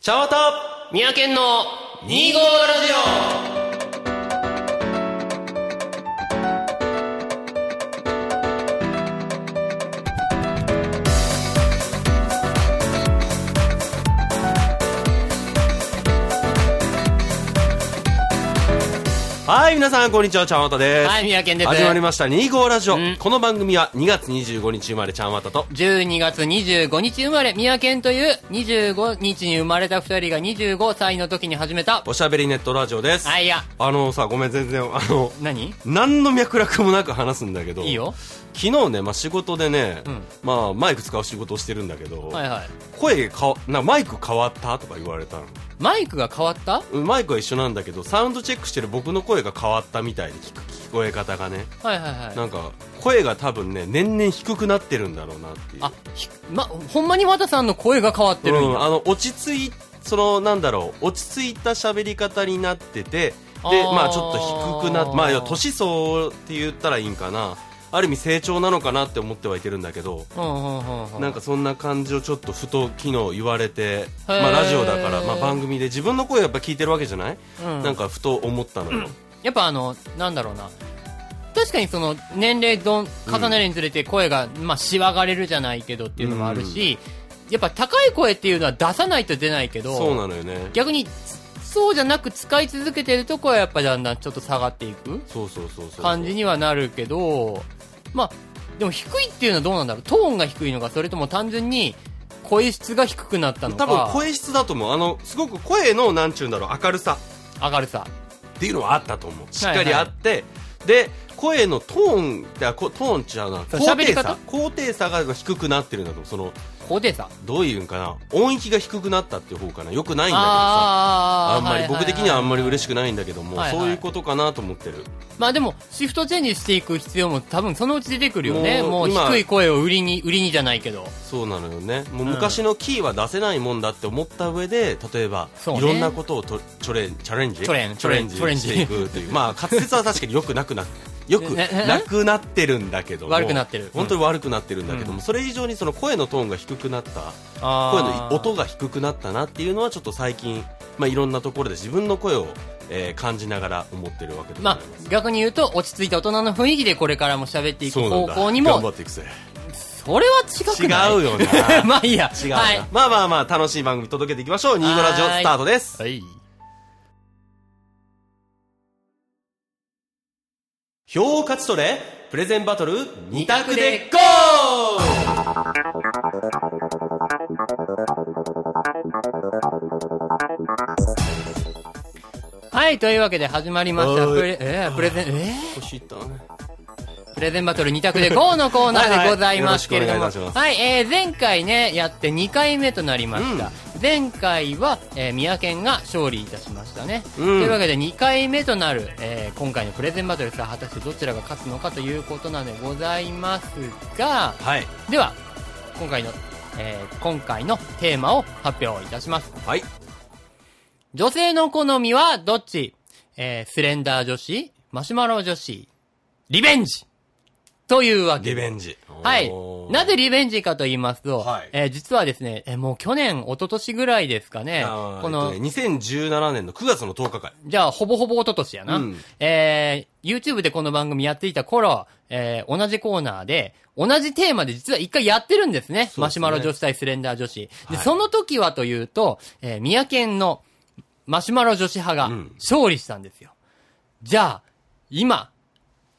ちょうと三宅の2号ラジオはい、皆さん、こんにちは、ちゃんわたです。はい、三宅です。始まりました、2号ラジオ。うんこの番組は2月25日生まれ、ちゃんわたと、 12月25日生まれ、三宅という25日に生まれた二人が25歳の時に始めた。おしゃべりネットラジオです。あ、いや、あのさ、ごめん、全然、あの、何何の脈絡もなく話すんだけどいいよ。昨日ね、まあ、仕事でね、うんまあ、マイク使う仕事をしてるんだけど、はいはい。声かわなマイク変わったとか言われたのマイクが変わったマイクは一緒なんだけどサウンドチェックしてる僕の声が変わったみたいで聞く聞こえ方がねはいはいはい。なんか声が多分ね年々低くなってるんだろうなっていうあ、ひま、ほんまに和田さんの声が変わってるんうん、や。あの落ち着いそのなんだろう落ち着いた喋り方になっててであーまあちょっと低くなまあいや年相応って言ったらいいんかなある意味成長なのかなって思ってはいてるんだけどうんうんうんうん。なんかそんな感じをちょっとふと昨日言われて、へーまあ、ラジオだから、まあ、番組で自分の声やっぱ聞いてるわけじゃない、うんなんかふと思ったのよ、やっぱあの、なんだろうな。確かにその、年齢どん、重ねるにつれて声が、まあ、しわがれるじゃないけどっていうのもあるし、やっぱ高い声っていうのは出さないと出ないけど、そうなのよね逆に、そうじゃなく使い続けてるとこはやっぱだんだんちょっと下がっていくそうそうそうそう感じにはなるけど、まあ、でも低いっていうのはどうなんだろうトーンが低いのか、それとも単純に声質が低くなったのか、多分声質だと思うあのすごく声のなんちゅうんだろう明るさ上がるさ。っていうのはあったと思うしっかりあって、で声のトーンってあこトーンちゃうなそう高喋低り差方高低差が低くなってるんだと思うその高低差。どういうんかな音域が低くなったっていう方かなよくないんだけどさああんまり僕的にはあんまり嬉しくくないんだけども、はいはいそういうことかなと思ってる、まあでも、シフトチェンジしていく必要も多分そのうち出てくるよね。ももうう今低い声を売りに、売りにじゃないけど。そうなのよねもううん昔のキーは出せないもんだって思った上で例えば、そういねろんなことをとチョレンチャレンジチョレンチャレンジチャレンジしていくというまあ滑舌は確かによくなく なよくねなくなってるんだけども悪くなってる本当に悪くなってるんだけども、うんそれ以上にその声のトーンが低くなった声あの音が低くなったなっていうのはちょっと最近、まあ、いろんなところで自分の声を、えー感じながら思ってるわけでございまあます、、逆に言うと、落ち着いた大人の雰囲気でこれからも喋っていくそうなん方だ向に頑張も、っていくぜそれは違違くないうよな まあいいや。違うな、はい。まあまあまあ楽しい番組届けていきましょう「ニーゴラジオ」はーいスタートですはい。票を勝ち取れプレゼンバトル2択でゴーはい、というわけで始まりました。はいプレ、えープレゼン、えー腰痛いプレゼンバトル2択で GO のコーナーでございますけれども。ははいはいよろしくお願いいたしますい、えー、前回ね、やって2回目となりました。前回は、えー、宮県が勝利いたしましたね。うんというわけで2回目となる、えー、今回のプレゼンバトルさあ、果たしてどちらが勝つのかということなんでございますが、はいでは、今回の、えー、今回のテーマを発表いたします。はい女性の好みはどっちえー、スレンダー女子マシュマロ女子リベンジというわけリで。ベンジはいお。ーなぜリベンジかと言いますと、はいえー実はですね、えーもう去年、一昨年ぐらいですかね、あーえこっのと、ね2017年の9月の10日会じゃあ、ほぼほぼ一昨年やな。うんえー、YouTube でこの番組やっていた頃、えー、同じコーナーで、同じテーマで実は一回やってるんですね。すねマシュマロ女子対スレンダー女子。はいで、その時はというと、えー、宮県のマシュマロ女子派うがん勝利したんですよ。じゃあ、今、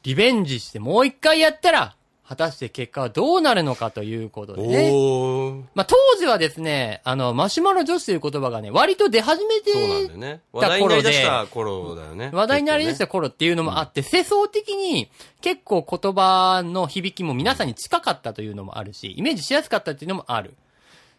リベンジしてもう一回やったら、果たして結果はどうなるのかということでね。おーまあ、当時はですね、あの、マシュマロ女子という言葉がね、割と出始めてそうなんだよね話題になりだした頃だよね 話題になりだした頃っていうのもあって、世相的に結構言葉の響きも皆さんに近かったというのもあるし、イメージしやすかったっていうのもある。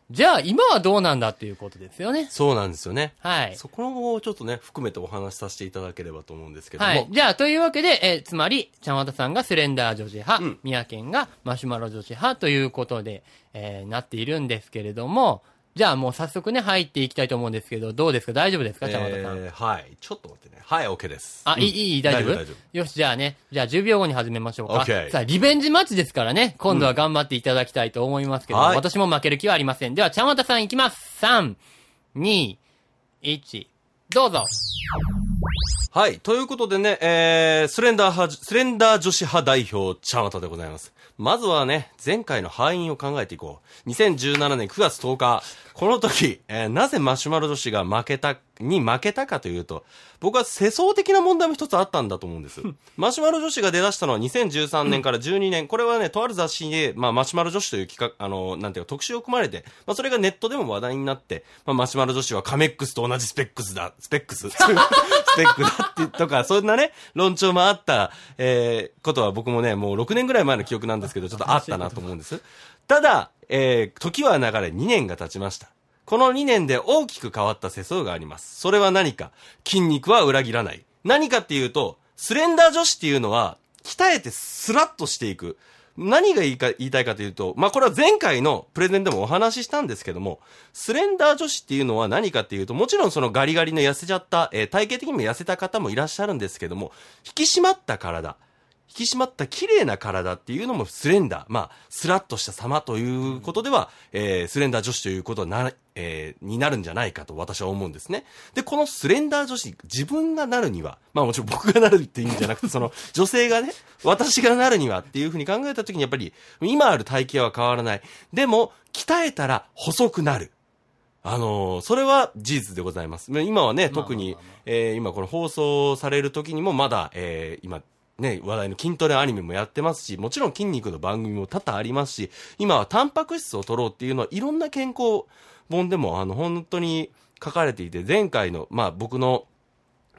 じゃあ今はどうなんだっていうことですよね。そうなんですよねはい。そこをちょっとね含めてお話しさせていただければと思うんですけども、はい。じゃあ、というわけで、えーつまり、ちゃんわたさんがスレンダー女子派、うん宮県がマシュマロ女子派ということで、えーなっているんですけれども、じゃあもう早速ね、入っていきたいと思うんですけど、どうですか大丈夫ですかちゃんわたさん。えーはいちょっと待ってねはい OK ですあ、うんいい、いい、大丈夫大丈夫よし、じゃあね。じゃあ10秒後に始めましょうか。 OK さあ、リベンジマッチですからね。今度は頑張っていただきたいと思いますけど、はい私も負ける気はありません。では、ちゃんわたさんいきます。3、 2、1、どうぞはい。ということでね、えー、スレンダー派、スレンダー女子派代表、ちゃまたでございます。まずはね、前回の敗因を考えていこう。2017年9月10日、この時、えーなぜマシュマロ女子が負けた、に負けたかというと、僕は世相的な問題も一つあったんだと思うんです。マシュマロ女子が出だしたのは2013年から12年、これはね、とある雑誌で、まあ、マシュマロ女子という企画、あの、なんていうか特集を組まれて、まあ、それがネットでも話題になって、まあ、マシュマロ女子はカメックスと同じスペックスだ、スペックススペックだって、とか、そんなね、論調もあった、えーことは僕もね、もう6年ぐらい前の記憶なんですけど、ちょっとあったなと思うんです。ただ、えー時は流れ2年が経ちました。この2年で大きく変わった世相があります。それは何か筋肉は裏切らない。何かっていうと、スレンダー女子っていうのは、鍛えてスラッとしていく。何がいいか言いたいかというと、まあ、これは前回のプレゼンでもお話ししたんですけども、スレンダー女子っていうのは何かっていうと、もちろんそのガリガリの痩せちゃった、えー体型的にも痩せた方もいらっしゃるんですけども、引き締まった体。引き締まった綺麗な体っていうのもスレンダー、まあ、スラッとした様ということでは、えースレンダー女子ということはな、えーになるんじゃないかと私は思うんですね。で、このスレンダー女子、自分がなるには、まあもちろん僕がなるっていうんじゃなくて、その 女性がね、私がなるにはっていうふうに考えた時にやっぱり、今ある体型は変わらない。でも、鍛えたら細くなる。あのーそれは事実でございます。まあ今はね、まあまあまあ特に、えー今この放送される時にもまだ、えー今、ね、話題の筋トレアニメもやってますし、もちろん筋肉の番組も多々ありますし、今はタンパク質を取ろうっていうのは、いろんな健康本でも、あの、本当に書かれていて、前回の、まあ僕の、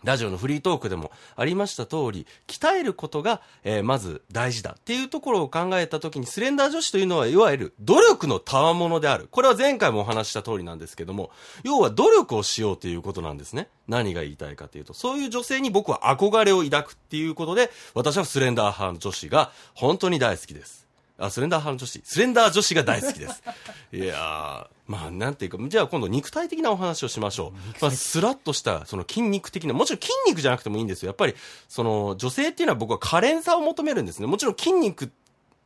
ラジオのフリートークでもありました通り、鍛えることが、えーまず大事だっていうところを考えたときに、スレンダー女子というのは、いわゆる努力の賜物である。これは前回もお話しした通りなんですけども、要は努力をしようということなんですね。何が言いたいかというと、そういう女性に僕は憧れを抱くっていうことで、私はスレンダー派の女子が本当に大好きです。あ、スレンダー派の女子。スレンダー女子が大好きです。いやー、まあなんていうか、じゃあ今度肉体的なお話をしましょう。まあスラッとした、その筋肉的な、もちろん筋肉じゃなくてもいいんですよ。やっぱり、その女性っていうのは僕は可憐さを求めるんですね。もちろん筋肉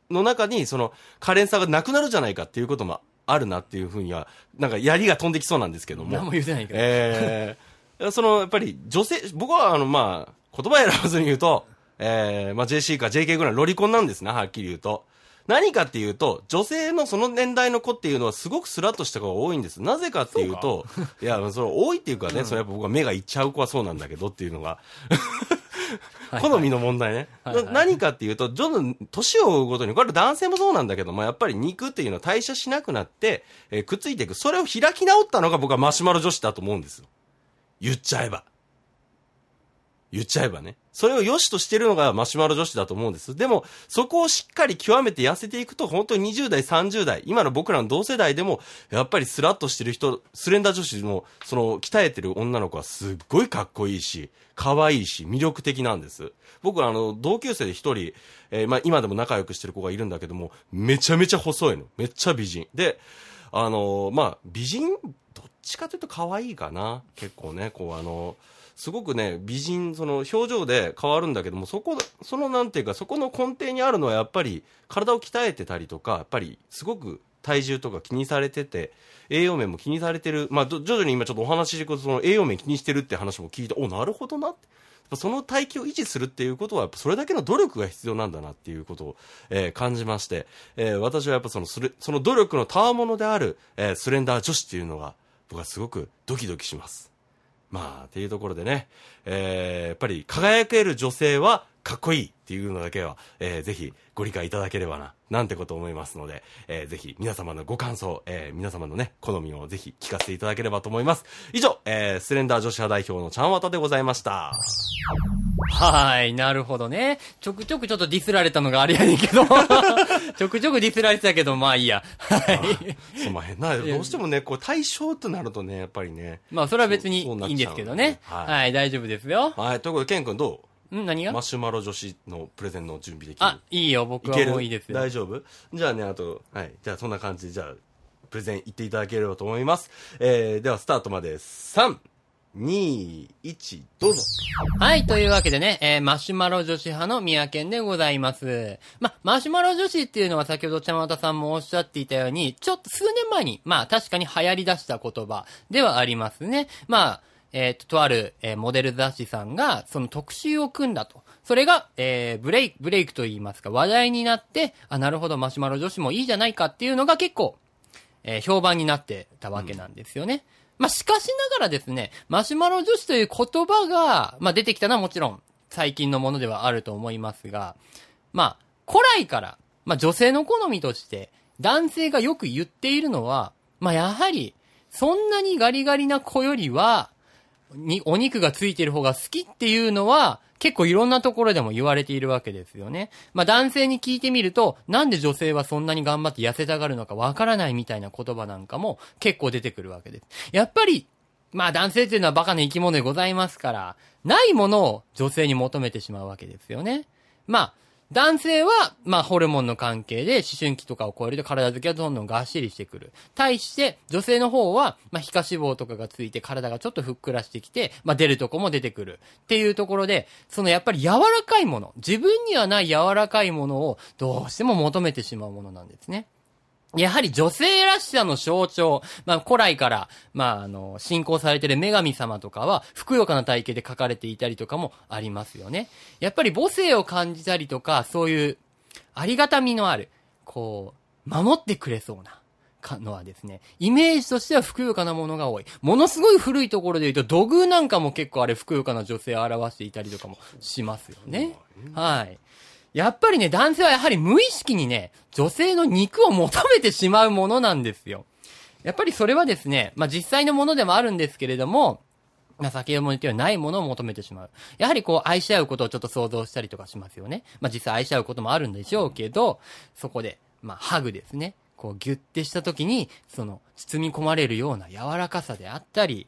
の中に、その可憐さがなくなるじゃないかっていうこともあるなっていうふうには、なんか槍が飛んできそうなんですけども。何も言うてないけど。えーそのやっぱり女性、僕はあのまあ、言葉選ばずに言うと、えーまあ JC か JK ぐらいのロリコンなんですね、はっきり言うと。何かっていうと、女性のその年代の子っていうのはすごくスラッとした子が多いんです。なぜかっていうと、いや、それ多いっていうかね、それやっぱ僕は目がいっちゃう子はそうなんだけどっていうのが、好みの問題ね。はいはいな何かっていうと、どんどん年を追うごとに、これ男性もそうなんだけども、やっぱり肉っていうのは代謝しなくなって、えーくっついていく。それを開き直ったのが僕はマシュマロ女子だと思うんですよ。言っちゃえば。言っちゃえばね。それを良しとしてるのがマシュマロ女子だと思うんです。でも、そこをしっかり極めて痩せていくと、本当に20代、30代、今の僕らの同世代でも、やっぱりスラッとしてる人、スレンダー女子の、その、鍛えてる女の子はすっごいかっこいいし、可愛いし、魅力的なんです。僕はあの、同級生で一人、えーまあ今でも仲良くしてる子がいるんだけども、めちゃめちゃ細いの。めっちゃ美人。で、あのまあ、美人、どっちかというと可愛いかな。結構ね、こうあのすごくね、美人、その表情で変わるんだけども、そこ、そのなんていうか、そこの根底にあるのはやっぱり、体を鍛えてたりとか、やっぱり、すごく体重とか気にされてて、栄養面も気にされてる。まあ、ど徐々に今ちょっとお話ししていくと、その栄養面気にしてるって話も聞いて、お、なるほどなって。やっぱその体型を維持するっていうことは、やっぱそれだけの努力が必要なんだなっていうことを、えー感じまして、えー私はやっぱそのスレ、その努力の賜物である、えースレンダー女子っていうのが、僕はすごくドキドキします。まあ、っていうところでね、えーやっぱり輝ける女性はかっこいいっていうのだけは、えーぜひご理解いただければな、なんてこと思いますので、えーぜひ皆様のご感想、えー皆様のね、好みをぜひ聞かせていただければと思います。以上、えースレンダー女子派代表のちゃんわたでございました。はい、なるほどね。ちょくちょくちょっとディスられたのがあれやねん けど。ちょくちょくディスられてたけど、まあいいや。はい。すんまへんな、どうしてもね、こう対象となるとね、やっぱりね。 まあそれは別にそうそうなっいいんですけどね。ちゃうのはねい、は大丈夫ですよ。はい、ということで、ケン君どうん、何うがマシュマロ女子のプレゼンの準備できるあ、いいよ、僕はもういいですよ。大丈夫じゃあね、あと、はい。じゃあ、そんな感じで、じゃあ、プレゼン行っていただければと思います。えー、では、スタートまで、3、 2、1、どうぞ。はい、というわけでね、えー、マシュマロ女子派の宮県でございます。ま、マシュマロ女子っていうのは先ほど茶又さんもおっしゃっていたように、ちょっと数年前に、まあ確かに流行り出した言葉ではありますね。まあ、えーと、とある、えーモデル雑誌さんが、その特集を組んだと。それが、えーブレイク、ブレイクと言いますか、話題になって、あ、なるほど、マシュマロ女子もいいじゃないかっていうのが結構、えー評判になってたわけなんですよね。まあ、しかしながらですね、マシュマロ女子という言葉が、まあ、出てきたのはもちろん最近のものではあると思いますが、まあ、古来から、まあ、女性の好みとして、男性がよく言っているのは、まあ、やはり、そんなにガリガリな子よりは、に、お肉がついてる方が好きっていうのは、結構いろんなところでも言われているわけですよね。まあ男性に聞いてみると、なんで女性はそんなに頑張って痩せたがるのかわからないみたいな言葉なんかも結構出てくるわけです。やっぱり、まあ男性っていうのはバカな生き物でございますから、ないものを女性に求めてしまうわけですよね。まあ、男性は、まあ、ホルモンの関係で、思春期とかを超えると体付きがどんどんがっしりしてくる。対して、女性の方は、まあ、皮下脂肪とかがついて、体がちょっとふっくらしてきて、まあ、出るとこも出てくる。っていうところで、そのやっぱり柔らかいもの、自分にはない柔らかいものを、どうしても求めてしまうものなんですね。やはり女性らしさの象徴、まあ古来から、まああの、信仰されている女神様とかは、ふくよかな体型で書かれていたりとかもありますよね。やっぱり母性を感じたりとか、そういう、ありがたみのある、こう、守ってくれそうな、か、のはですね、イメージとしてはふくよかなものが多い。ものすごい古いところで言うと、土偶なんかも結構あれ、ふくよかな女性を表していたりとかもしますよね。はい。やっぱりね、男性はやはり無意識にね、女性の肉を求めてしまうものなんですよ。やっぱりそれはですね、まあ、実際のものでもあるんですけれども、まあ、先ほども言ったようにないものを求めてしまう。やはりこう、愛し合うことをちょっと想像したりとかしますよね。まあ、実際愛し合うこともあるんでしょうけど、そこで、まあ、ハグですね。こう、ギュッてした時に、その、包み込まれるような柔らかさであったり、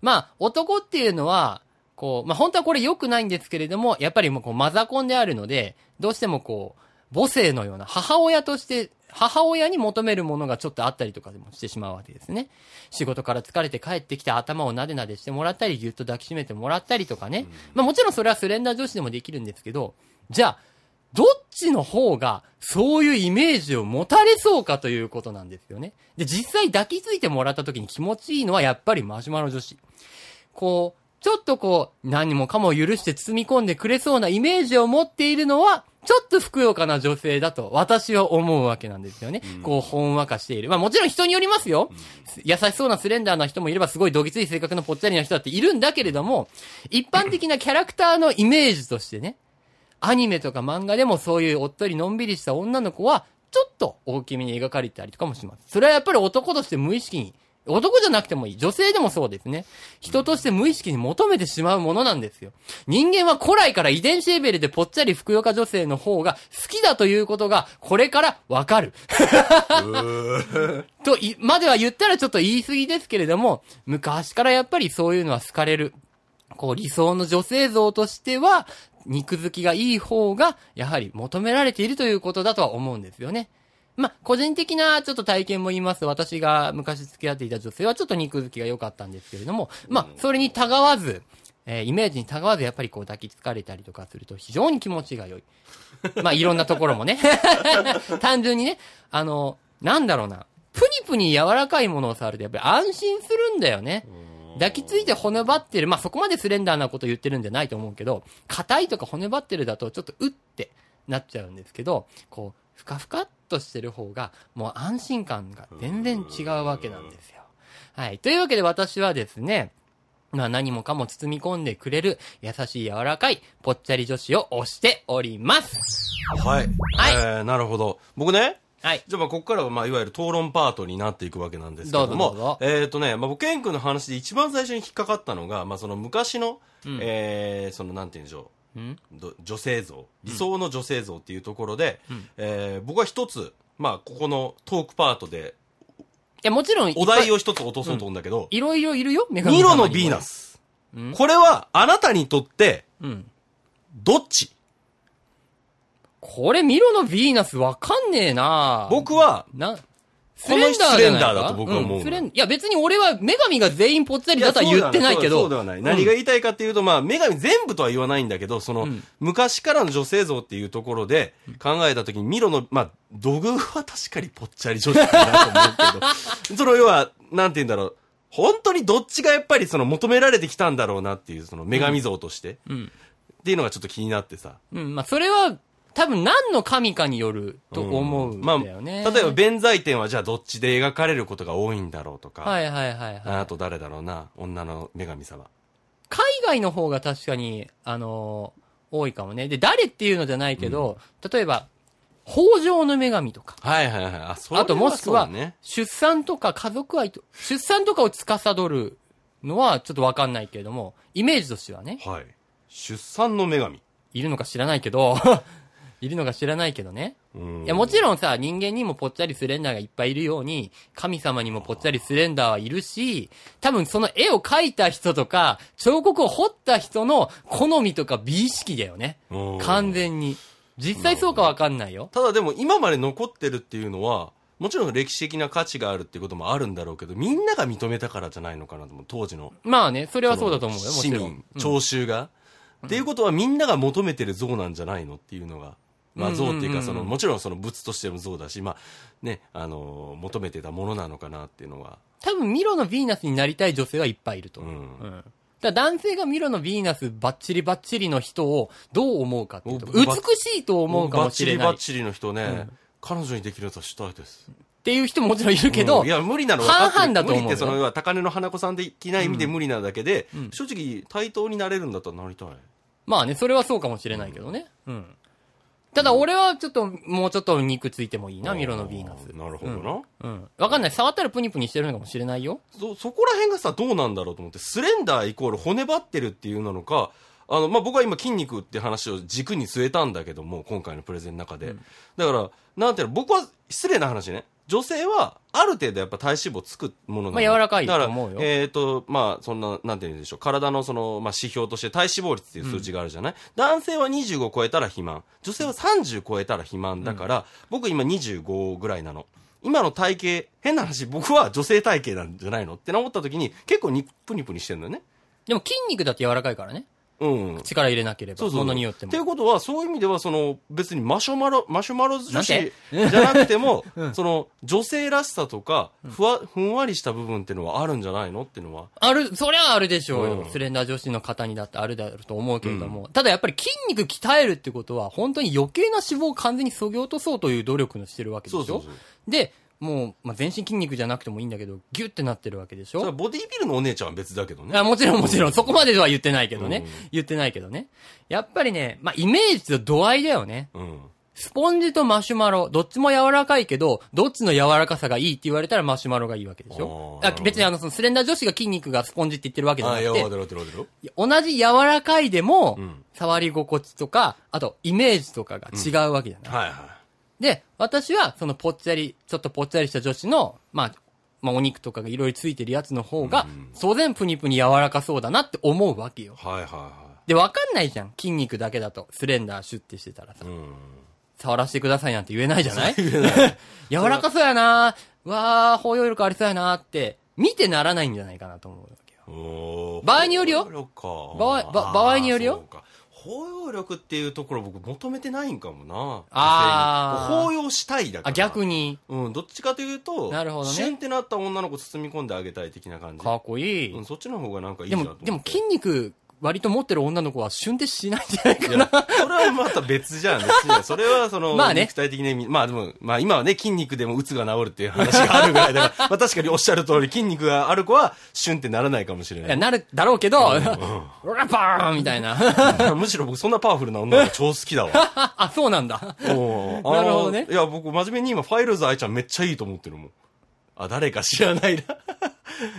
まあ、男っていうのは、こう、まあ、本当はこれ良くないんですけれども、やっぱりもうこう、マザコンであるので、どうしてもこう、母性のような、母親として、母親に求めるものがちょっとあったりとかでもしてしまうわけですね。仕事から疲れて帰ってきて頭をなでなでしてもらったり、ぎゅっと抱きしめてもらったりとかね。まあもちろんそれはスレンダー女子でもできるんですけど、じゃあ、どっちの方が、そういうイメージを持たれそうかということなんですよね。で、実際抱きついてもらった時に気持ちいいのはやっぱりマシュマロ女子。こう、ちょっとこう、何もかも許して包み込んでくれそうなイメージを持っているのは、ちょっとふくよかな女性だと私は思うわけなんですよね。こう、ほんわかしている。まあもちろん人によりますよ。優しそうなスレンダーな人もいれば、すごいどぎつい性格のぽっちゃりな人だっているんだけれども、一般的なキャラクターのイメージとしてね、アニメとか漫画でもそういうおっとりのんびりした女の子は、ちょっと大きめに描かれたりとかもします。それはやっぱり男として無意識に、男じゃなくてもいい。女性でもそうですね。人として無意識に求めてしまうものなんですよ。人間は古来から遺伝子レベルでぽっちゃりふくよか女性の方が好きだということが、これからわかる。 とい、までは言ったらちょっと言い過ぎですけれども、昔からやっぱりそういうのは好かれる。こう理想の女性像としては、肉付きがいい方が、やはり求められているということだとは思うんですよね。まあ、個人的なちょっと体験も言います。私が昔付き合っていた女性はちょっと肉付きが良かったんですけれども、まあ、それにたがわず、えーイメージにたがわずやっぱりこう抱きつかれたりとかすると非常に気持ちが良い。まあ、いろんなところもね。単純にね、あの、なんだろうな。プニプニ柔らかいものを触るとやっぱり安心するんだよね。抱きついて骨張ってる。まあ、そこまでスレンダーなこと言ってるんじゃないと思うけど、硬いとか骨張ってるだとちょっとうってなっちゃうんですけど、こう、ふかふかっとしてる方が、もう安心感が全然違うわけなんですよ。はい。というわけで私はですね、まあ何もかも包み込んでくれる優しい柔らかいぽっちゃり女子を推しております。はい。えー、なるほど。僕ね、はい。じゃあ、まあ、ここからは、まあ、いわゆる討論パートになっていくわけなんですけどどうぞも、どうぞえっ、とね、まあ、僕、ケン君の話で一番最初に引っかかったのが、まあ、その昔の、えーその、なんて言うんでしょう、んど女性像、理想の女性像っていうところで、えー僕は一つ、まあ、ここのトークパートで、いや、もちろん、お題を。を一つ落とそうと思うんだけど、いろいろいるよ、メミロのヴィーナ。ス。これは、あなたにとって、うん。どっちこれ、ミロのヴィーナスわかんねえな僕は、な、この人ススレレンンダーじダーゃないかだと僕は思うのんスレンいや、別に俺は女神が全員ぽっつりだとは言ってないけど。そうではない。何が言いたいかっていうと、まあ、女神全部とは言わないんだけど、その、ん昔からの女性像っていうところで考えたときに、ミロの、まあ、土偶は確かにぽっちゃり女子だなと思うけど、その要は、なんて言うんだろう。本当にどっちがやっぱりその求められてきたんだろうなっていう、その女神像として、うん。っていうのがちょっと気になってさ。うん、まあ、それは、多分何の神かによると思うんだよね。まあ、例えば弁財天はじゃあどっちで描かれることが多いんだろうとか、はいはいはいはい。あと誰だろうな、女の女神様。海外の方が確かに、あのー多いかもね。で、誰っていうのじゃないけど、例えば、豊穣の女神とか。はいはいはい。あ、それあともしくはそうね、出産とか家族愛と、出産とかを司るのはちょっとわかんないけれども、イメージとしてはね、はい。出産の女神。いるのか知らないけど、 いるのか知らないけどね。うんいや、もちろんさ、人間にもぽっちゃりスレンダーがいっぱいいるように、神様にもぽっちゃりスレンダーはいるし、多分その絵を描いた人とか、彫刻を彫った人の好みとか美意識だよね。うん完全に。実際そうかわかんないよ。ただでも今まで残ってるっていうのは、もちろん歴史的な価値があるっていうこともあるんだろうけど、みんなが認めたからじゃないのかなと思う。当時の。まあね、それはそうだと思うよ、も市ちろん民。、聴衆が。っていうことはみんなが求めてる像なんじゃないのっていうのが。まうあんうんうん像っていうか、その、もちろんその仏としての像だし、まあね、あのー、求めてたものなのかなっていうのは。多分ミロのヴィーナスになりたい女性はいっぱいいるとう思う。んう。ん。だから男性がミロのヴィーナスバッチリバッチリの人をどう思うかっていうとこおば美しいと思うかもしれなバいッチリバッチリの人ね、彼女にできるやつはしたいです。っていう人ももちろんいるけど、うんいや、無理なの分かってる半々だと思うよ無理って、その、要は高根の花子さん的な意味で無理なだけで、正直、対等になれるんだったらなりたい。まあね、それはそうかもしれないけどね。うん。ただ俺はちょっと、もうちょっと肉ついてもいいな、ミロのヴィーナス。なるほどな。うん。わかんない。触ったらプニプニしてるのかもしれないよ。そ、そこら辺がさ、どうなんだろうと思って、スレンダーイコール骨張ってるっていうなのか、あの、まあ、僕は今筋肉って話を軸に据えたんだけども、今回のプレゼンの中で。だから、なんていうの、僕は失礼な話ね。女性は、ある程度やっぱ体脂肪つくものなのまあ柔らかいだからと思うよえっ、と、まあ、そんな、なんていうんでしょう。体のその、まあ、指標として体脂肪率っていう数値があるじゃない、男性は25超えたら肥満。女性は30超えたら肥満だから、僕今25ぐらいなの。今の体型、変な話、僕は女性体型なんじゃないのって思った時に、結構にプニプニしてんだよね。でも筋肉だって柔らかいからね。うん。力入れなければ。そうそうそうものによってもとい。うことは、そういう意味では、その、別にマシュマロ、マシュマロ女なんて子じゃなくて も、その、女性らしさとか、ふわ、ふんわりした部分っていうのはあるんじゃないのっていうのは。ある、そりゃあるでしょうよ。うんスレンダー女子の方にだってあるだろうと思うけれども。ただやっぱり筋肉鍛えるってことは、本当に余計な脂肪を完全に削ぎ落とそうという努力のしてるわけでしそょうそうそう。で、もう、まあ、全身筋肉じゃなくてもいいんだけど、ギュってなってるわけでしょそれはボディービルのお姉ちゃんは別だけどね。あもちろんもちろん、そこまでは言ってないけどね。うん言ってないけどね。やっぱりね、まあ、イメージと度合いだよね。うん。スポンジとマシュマロ、どっちも柔らかいけど、どっちの柔らかさがいいって言われたらマシュマロがいいわけでしょあーあ別にあの、そのスレンダー女子が筋肉がスポンジって言ってるわけじゃあなあ、くいや、てわ、てるわてるわてる。同じ柔らかいでも、ん触り心地とか、あと、イメージとかが違うわけじゃない。はいはで、私は、そのぽっちゃり、ちょっとぽっちゃりした女子の、まあ、まあ、お肉とかがいろいろついてるやつの方が、当然プニプニ柔らかそうだなって思うわけよい。。はいはいはで、わかんないじゃん。筋肉だけだと。スレンダーシュってしてたらさい。う。ん。触らせてくださいなんて言えないじゃない 柔らかそうやなわー、包容力ありそうやなって、見てならないんじゃないかなと思うわけよ。おー場合によるよ包容力か場合ば場合によるよあーそうか包容力っていうところ僕求めてないんかもな。女性あーに包容したいだから。あ、逆に。うん、どっちかというと、なるほどねシュンってなった女の子包み込んであげたい的な感じ。かっこいい。うん、そっちの方がなんかいいでなと思っ、もて。でも筋肉、割と持ってる女の子は旬ってしないんじゃないかいやそれはまた別じゃん。別じゃんそれはその、まあね肉体的な意味。まあでも、まあ今はね、筋肉でも鬱が治るっていう話があるぐらいだから、まあ確かにおっしゃる通り、筋肉がある子は、シュンってならないかもしれいなや、い。なる、だ ろうけど、ラバーンみたいな。むしろ僕そんなパワフルな女の子超好きだわ。 あ、そうなんだ。おーなるほどねあのいや、僕真面目に今、ファイルズ愛ちゃんめっちゃいいと思ってるもん。あ、誰か知らないな。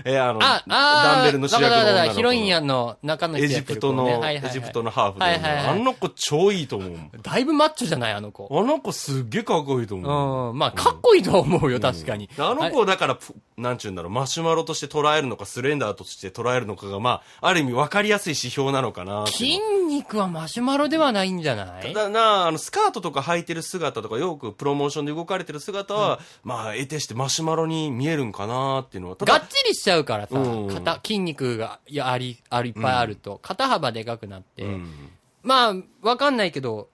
えーあの、あ、あーダンベルの主役のわかったわか女ったのヒ子ロのインやんの中の人エジやってプる子トねの、はいはいはいエジプトのハーフで、はいはいはいあの子超いいと思う。だいぶマッチョじゃないあの子。あの子すっげえかっこいいと思う。うん。まあ、かっこいいとは思うよ、確かに。あの子をだから、ぷなんちゅうんだろう、マシュマロとして捉えるのか、スレンダーとして捉えるのかが、まあ、ある意味分かりやすい指標なのかなっていう筋肉はマシュマロではないんじゃないただなあのスカートとか履いてる姿とかよくプロモーションで動かれてる姿は、まあ得てしてマシュマロに見えるんかなっていうのはたがだっちりしちゃうからさ、うん肩、筋肉が、いや、あり、ある、いっぱいあると、肩幅でかくなって、うんまあ、わかんないけど、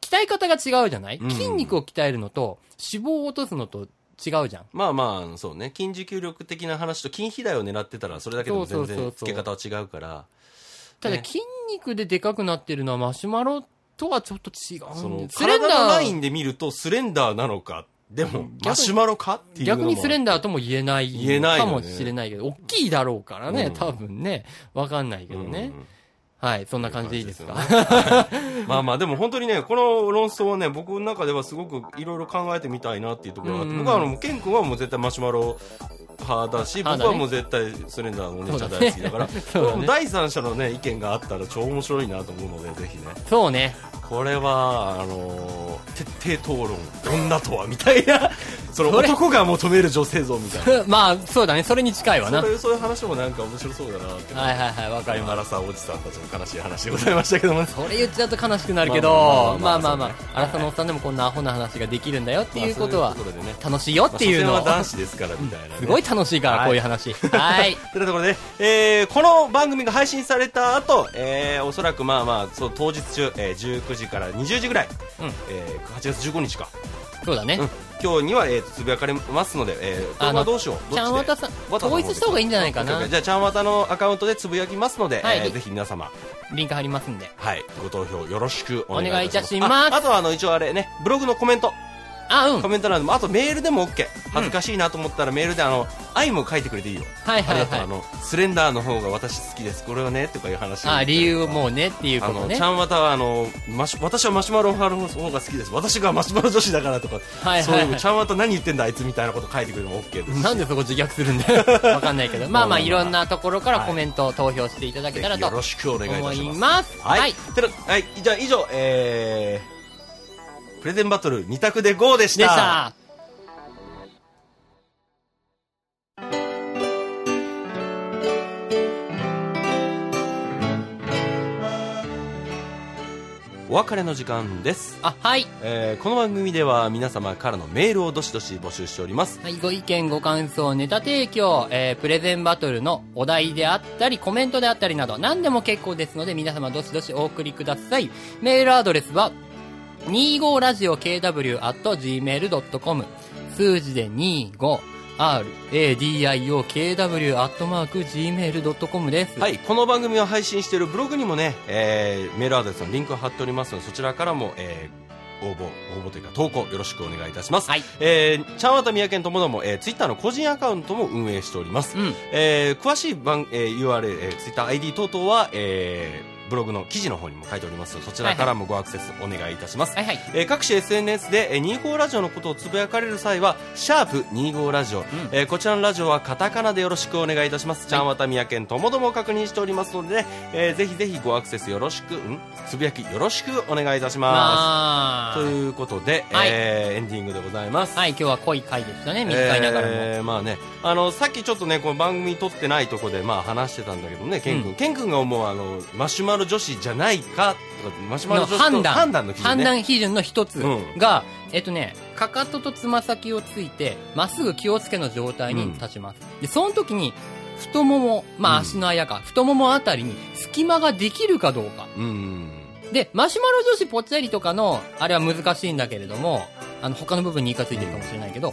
鍛え方が違うじゃない、うん筋肉を鍛えるのと、脂肪を落とすのと違うじゃん。まあまあそうね筋持久力的な話と筋肥大を狙ってたらそれだけでも全そうそうそ然うそ付うけ方は違うからただ、ね筋肉ででかくなってるのはマシュマロとはちょっと違そうんので体のラインで見るとスレンダーなのかでもマシュマロかっていうの逆もにスレンダーとも言えない言えないかよねもしれないけど、大きいだろうからね、うん多分ね、わかんないけどね、はい、そんな感じでいいですか。うんまあまあでも本当にねこの論争はね僕の中ではすごくいろいろ考えてみたいなっていうところがあって、うん僕はあのケン君はもう絶対マシュマロ派だし、派だね僕はもう絶対スレンダーのお姉ちゃん大好きだからうだねこれも第三者のね意見があったら超面白いなと思うのでぜひね そうね。これはあのー徹底討論女とはみたい なそのそれ男が求める女性像みたいまあ、そうだね。それに近いわなそな。はういいうそういう話もなんか面白そうだなって。はいはい、わかりまアラサーおじさんたちの悲しい話でございましたけどもねす。それ言っちゃうと悲しくなるけど、ままああまあまあままあまああ、荒さのおっさんでもこんなアホな話ができるんだよっていうことはまあそういうことでね、楽しいよっていうのまあを所詮は男子ですからみたいなね、 すごい楽しいから、はいこういう話。はい。というところで、えーこの番組が配信された後、えーおそらくまあまあそう当日中、えー19時から20時ぐらい、うんえー8月15日か、そ うだねうん。今日には、えーつぶやかれますので、えー、あの動画どうしようちゃんわたさん、統一した方がいいんじゃないかな。じゃあちゃんわたのアカウントでつぶやきますので、はいえーぜひ皆様、リンク貼りますんで。はい、ご投票よろしくお願いいたしお願いいたしますますああとはあの一応あれねブログのコメントあ、うコん。はいメント欄でもあとメールでも OK 恥ずかしいなと思ったらメールであの愛も書いてくれていいよはいあなはたあい。のスレンダーの方が私好きですこれはねとかいう話あ、理由をうもうねっていうあことのねちゃ。んわたはあのマシュ私はマシュマロ派の方が好きです私がマシュマロ女子だからとか、はいそうはいいうはちゃんわた何言ってんだあいつみたいなこと書いてくれても OK ですい。なんでそこ自虐するんだよ。 わかんないけど。まあまあままあまあ、あいろんなところからコメント、投票していただけたらぜひとよろしくお願いいたし思ますいます。はい、はい。てなはい、じゃあ以上、えー、プレゼンバトル2択で GO でしたでした。お別れの時間ですあ、はい。えーこの番組では皆様からのメールをどしどし募集しておりますはい、ご意見、ご感想、ネタ提供、えー、プレゼンバトルのお題であったり、コメントであったりなど、何でも結構ですので、皆様どしどしお送りください。メールアドレスは、25radiokw.gmail.com 数字で 25radiokw.gmail.com です。はい、この番組を配信しているブログにもね、えーメールアドレスのリンクを貼っておりますので、そちらからも、えー応募、応募というか投稿よろしくお願いいたします。はいえー、ちゃんわたみやけんともども、えー、ツイッターの個人アカウントも運営しております。うん。えー詳しい番、えー URL、えー、ツイッター ID 等々は、えーブログの記事の方にも書いておりますので、そちらからもごアクセスお願いいたします。はいはい。えー各種 SNS で、えー、25ラジオのことをつぶやかれる際は、シャープ25ラジオ、えーこちらのラジオはカタカナでよろしくお願いいたします。ちゃんわたみやけんともども確認しておりますので、ねえーぜひぜひごアクセスよろしく、んつぶやきよろしくお願いいたしま。ますと、あいうことで、はいえーエンディングでございます。はい、今日は濃い回でしたね、短いながらも。えーまあね、あの、さっきちょっとね、この番組撮ってないとこで、まあ話してたんだけどね、ケン君。ケン君が思う、あの、マシュマロ女子じゃないか、とかマシュマロの女子と判断判断の基準判ね。断基準の一つうんが、えっとね、かかととつま先をついて、まっすぐ気をつけの状態に立ちます。で、その時に、太もも、まあうん足のあやか、太ももあたりに隙間ができるかどうか。うん。で、マシュマロ女子ぽっちゃりとかの、あれは難しいんだけれども、あの、他の部分にイカついてるかもしれないけど、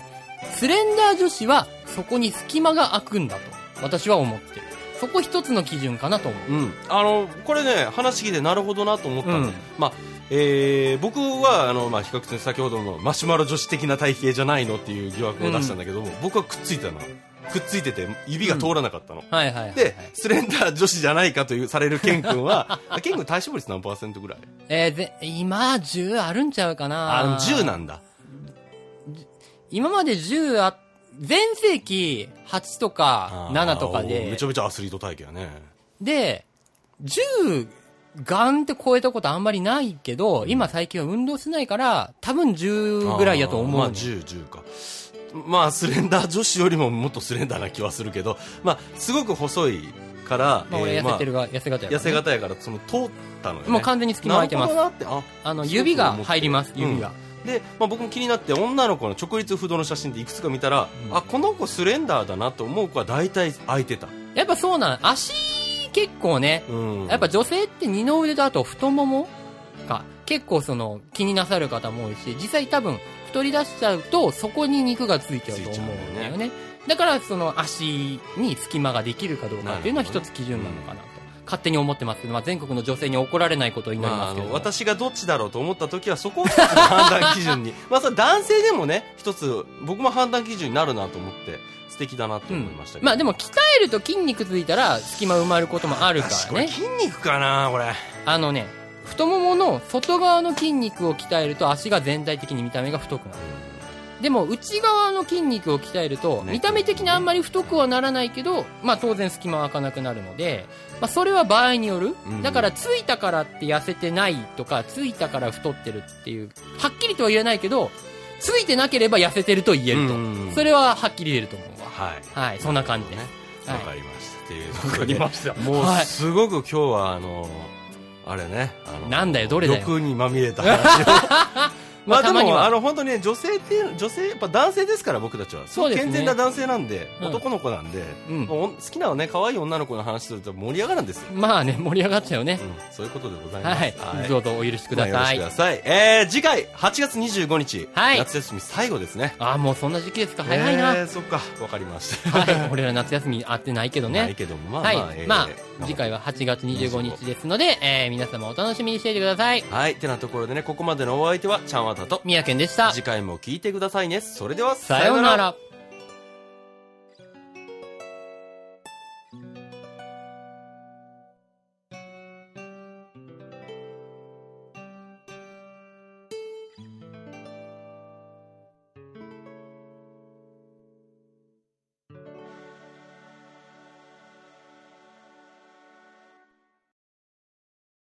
スレンダー女子は、そこに隙間が開くんだと、私は思ってる。そこ一つの基準かなと思う。うん、あのこれね話聞いてなるほどなと思ったの、うんまあえー僕はあの、まあ、比較的先ほどのマシュマロ女子的な体型じゃないのっていう疑惑を出したんだけども、僕はくっついたのくっついてて指が通らなかったの、はいはいはい、はい。でスレンダー女子じゃないかというされるケン君 はあケン君体脂肪率何パーセントぐらいえーぜ、今、10あるんちゃうかなあの10なんだ今まで10あ、全盛期8とかあー7とかおーでめちゃ、めちゃアスリート体型やね。で、10ガンって超えたことあんまりないけど、今最近は運動しないから、多分10ぐらいやと思うまのあ、よ。 10、10か。まあ、スレンダー女子よりももっとスレンダーな気はするけど、まあ、すごく細いから、まあ、え俺ー痩せてるが、痩せ型やからね、痩せ型やから、その、通ったのよ、ね。もう完全に隙間空いてます。なるほどなって、ああの、指が入ります、そうそう思っ指てが。で、まあ、僕も気になって女の子の直立不動の写真でいくつか見たら、あこの子スレンダーだなと思う子は大体空いてた、やっぱそうなん、足、結構ね、うん、やっぱ女性って二の腕とあと太ももが結構その気になさる方も多いし、実際多分太り出しちゃうとそこに肉がついちゃうと思うんだよね。だからその足に隙間ができるかどうかっていうのはなるほど一ねつ基準なのかなと。勝手に思ってますけど、まあ、全国の女性に怒られないことを祈りまあ、まあすけどのも。私がどっちだろうと思った時はそこを一つの判断基準に まあそれ男性でもね一つ僕も判断基準になるなと思って素敵だなとう思いんましたけど、まあでも鍛えると筋肉ついたら隙間埋まることもあるか私こられね。筋肉かなこれあのね、太ももの外側の筋肉を鍛えると足が全体的に見た目が太くなる。でも内側の筋肉を鍛えると、ね見た目的にあんまり太くはならないけど、まあ当然隙間は開かなくなるので、まあそれは場合によるうん。だからついたからって痩せてないとか、ついたから太ってるっていう、はっきりとは言えないけど、ついてなければ痩せてると言えると。うんそれははっきり言えると思うわ。はいはい、そんな感じです。わはかい。りましたっていうわわかりましたもはういすごく今日はあのあれねあのなんだよどれだよ欲にまみれた 話をまあでたまにもはあの本当にね女性っていう女性やっぱ男性ですから僕たちはそうですね健全な男性なんで、うん男の子なんで、うんもう好きなね可愛い女の子の話すると盛り上がるんですよ、まあね、盛り上がっちゃうねう。ん、そういうことでございますはい。どうぞお許しくだまあさよいろしく。ださいえー、次回8月25日、はい夏休み最後ですねああ、もうそんな時期ですか。早いな。えー、そっかわかりま したはい。俺ら夏休み会ってないけどね。ないけどもまあはいまあ、え。ーまあ、次回は8月25日ですので、えー皆様お楽しみにしていてください。はい。てなところでね、ここまでのお相手は、ちゃんわたと、宮健でした。次回も聞いてくださいね。それでは、さようなら。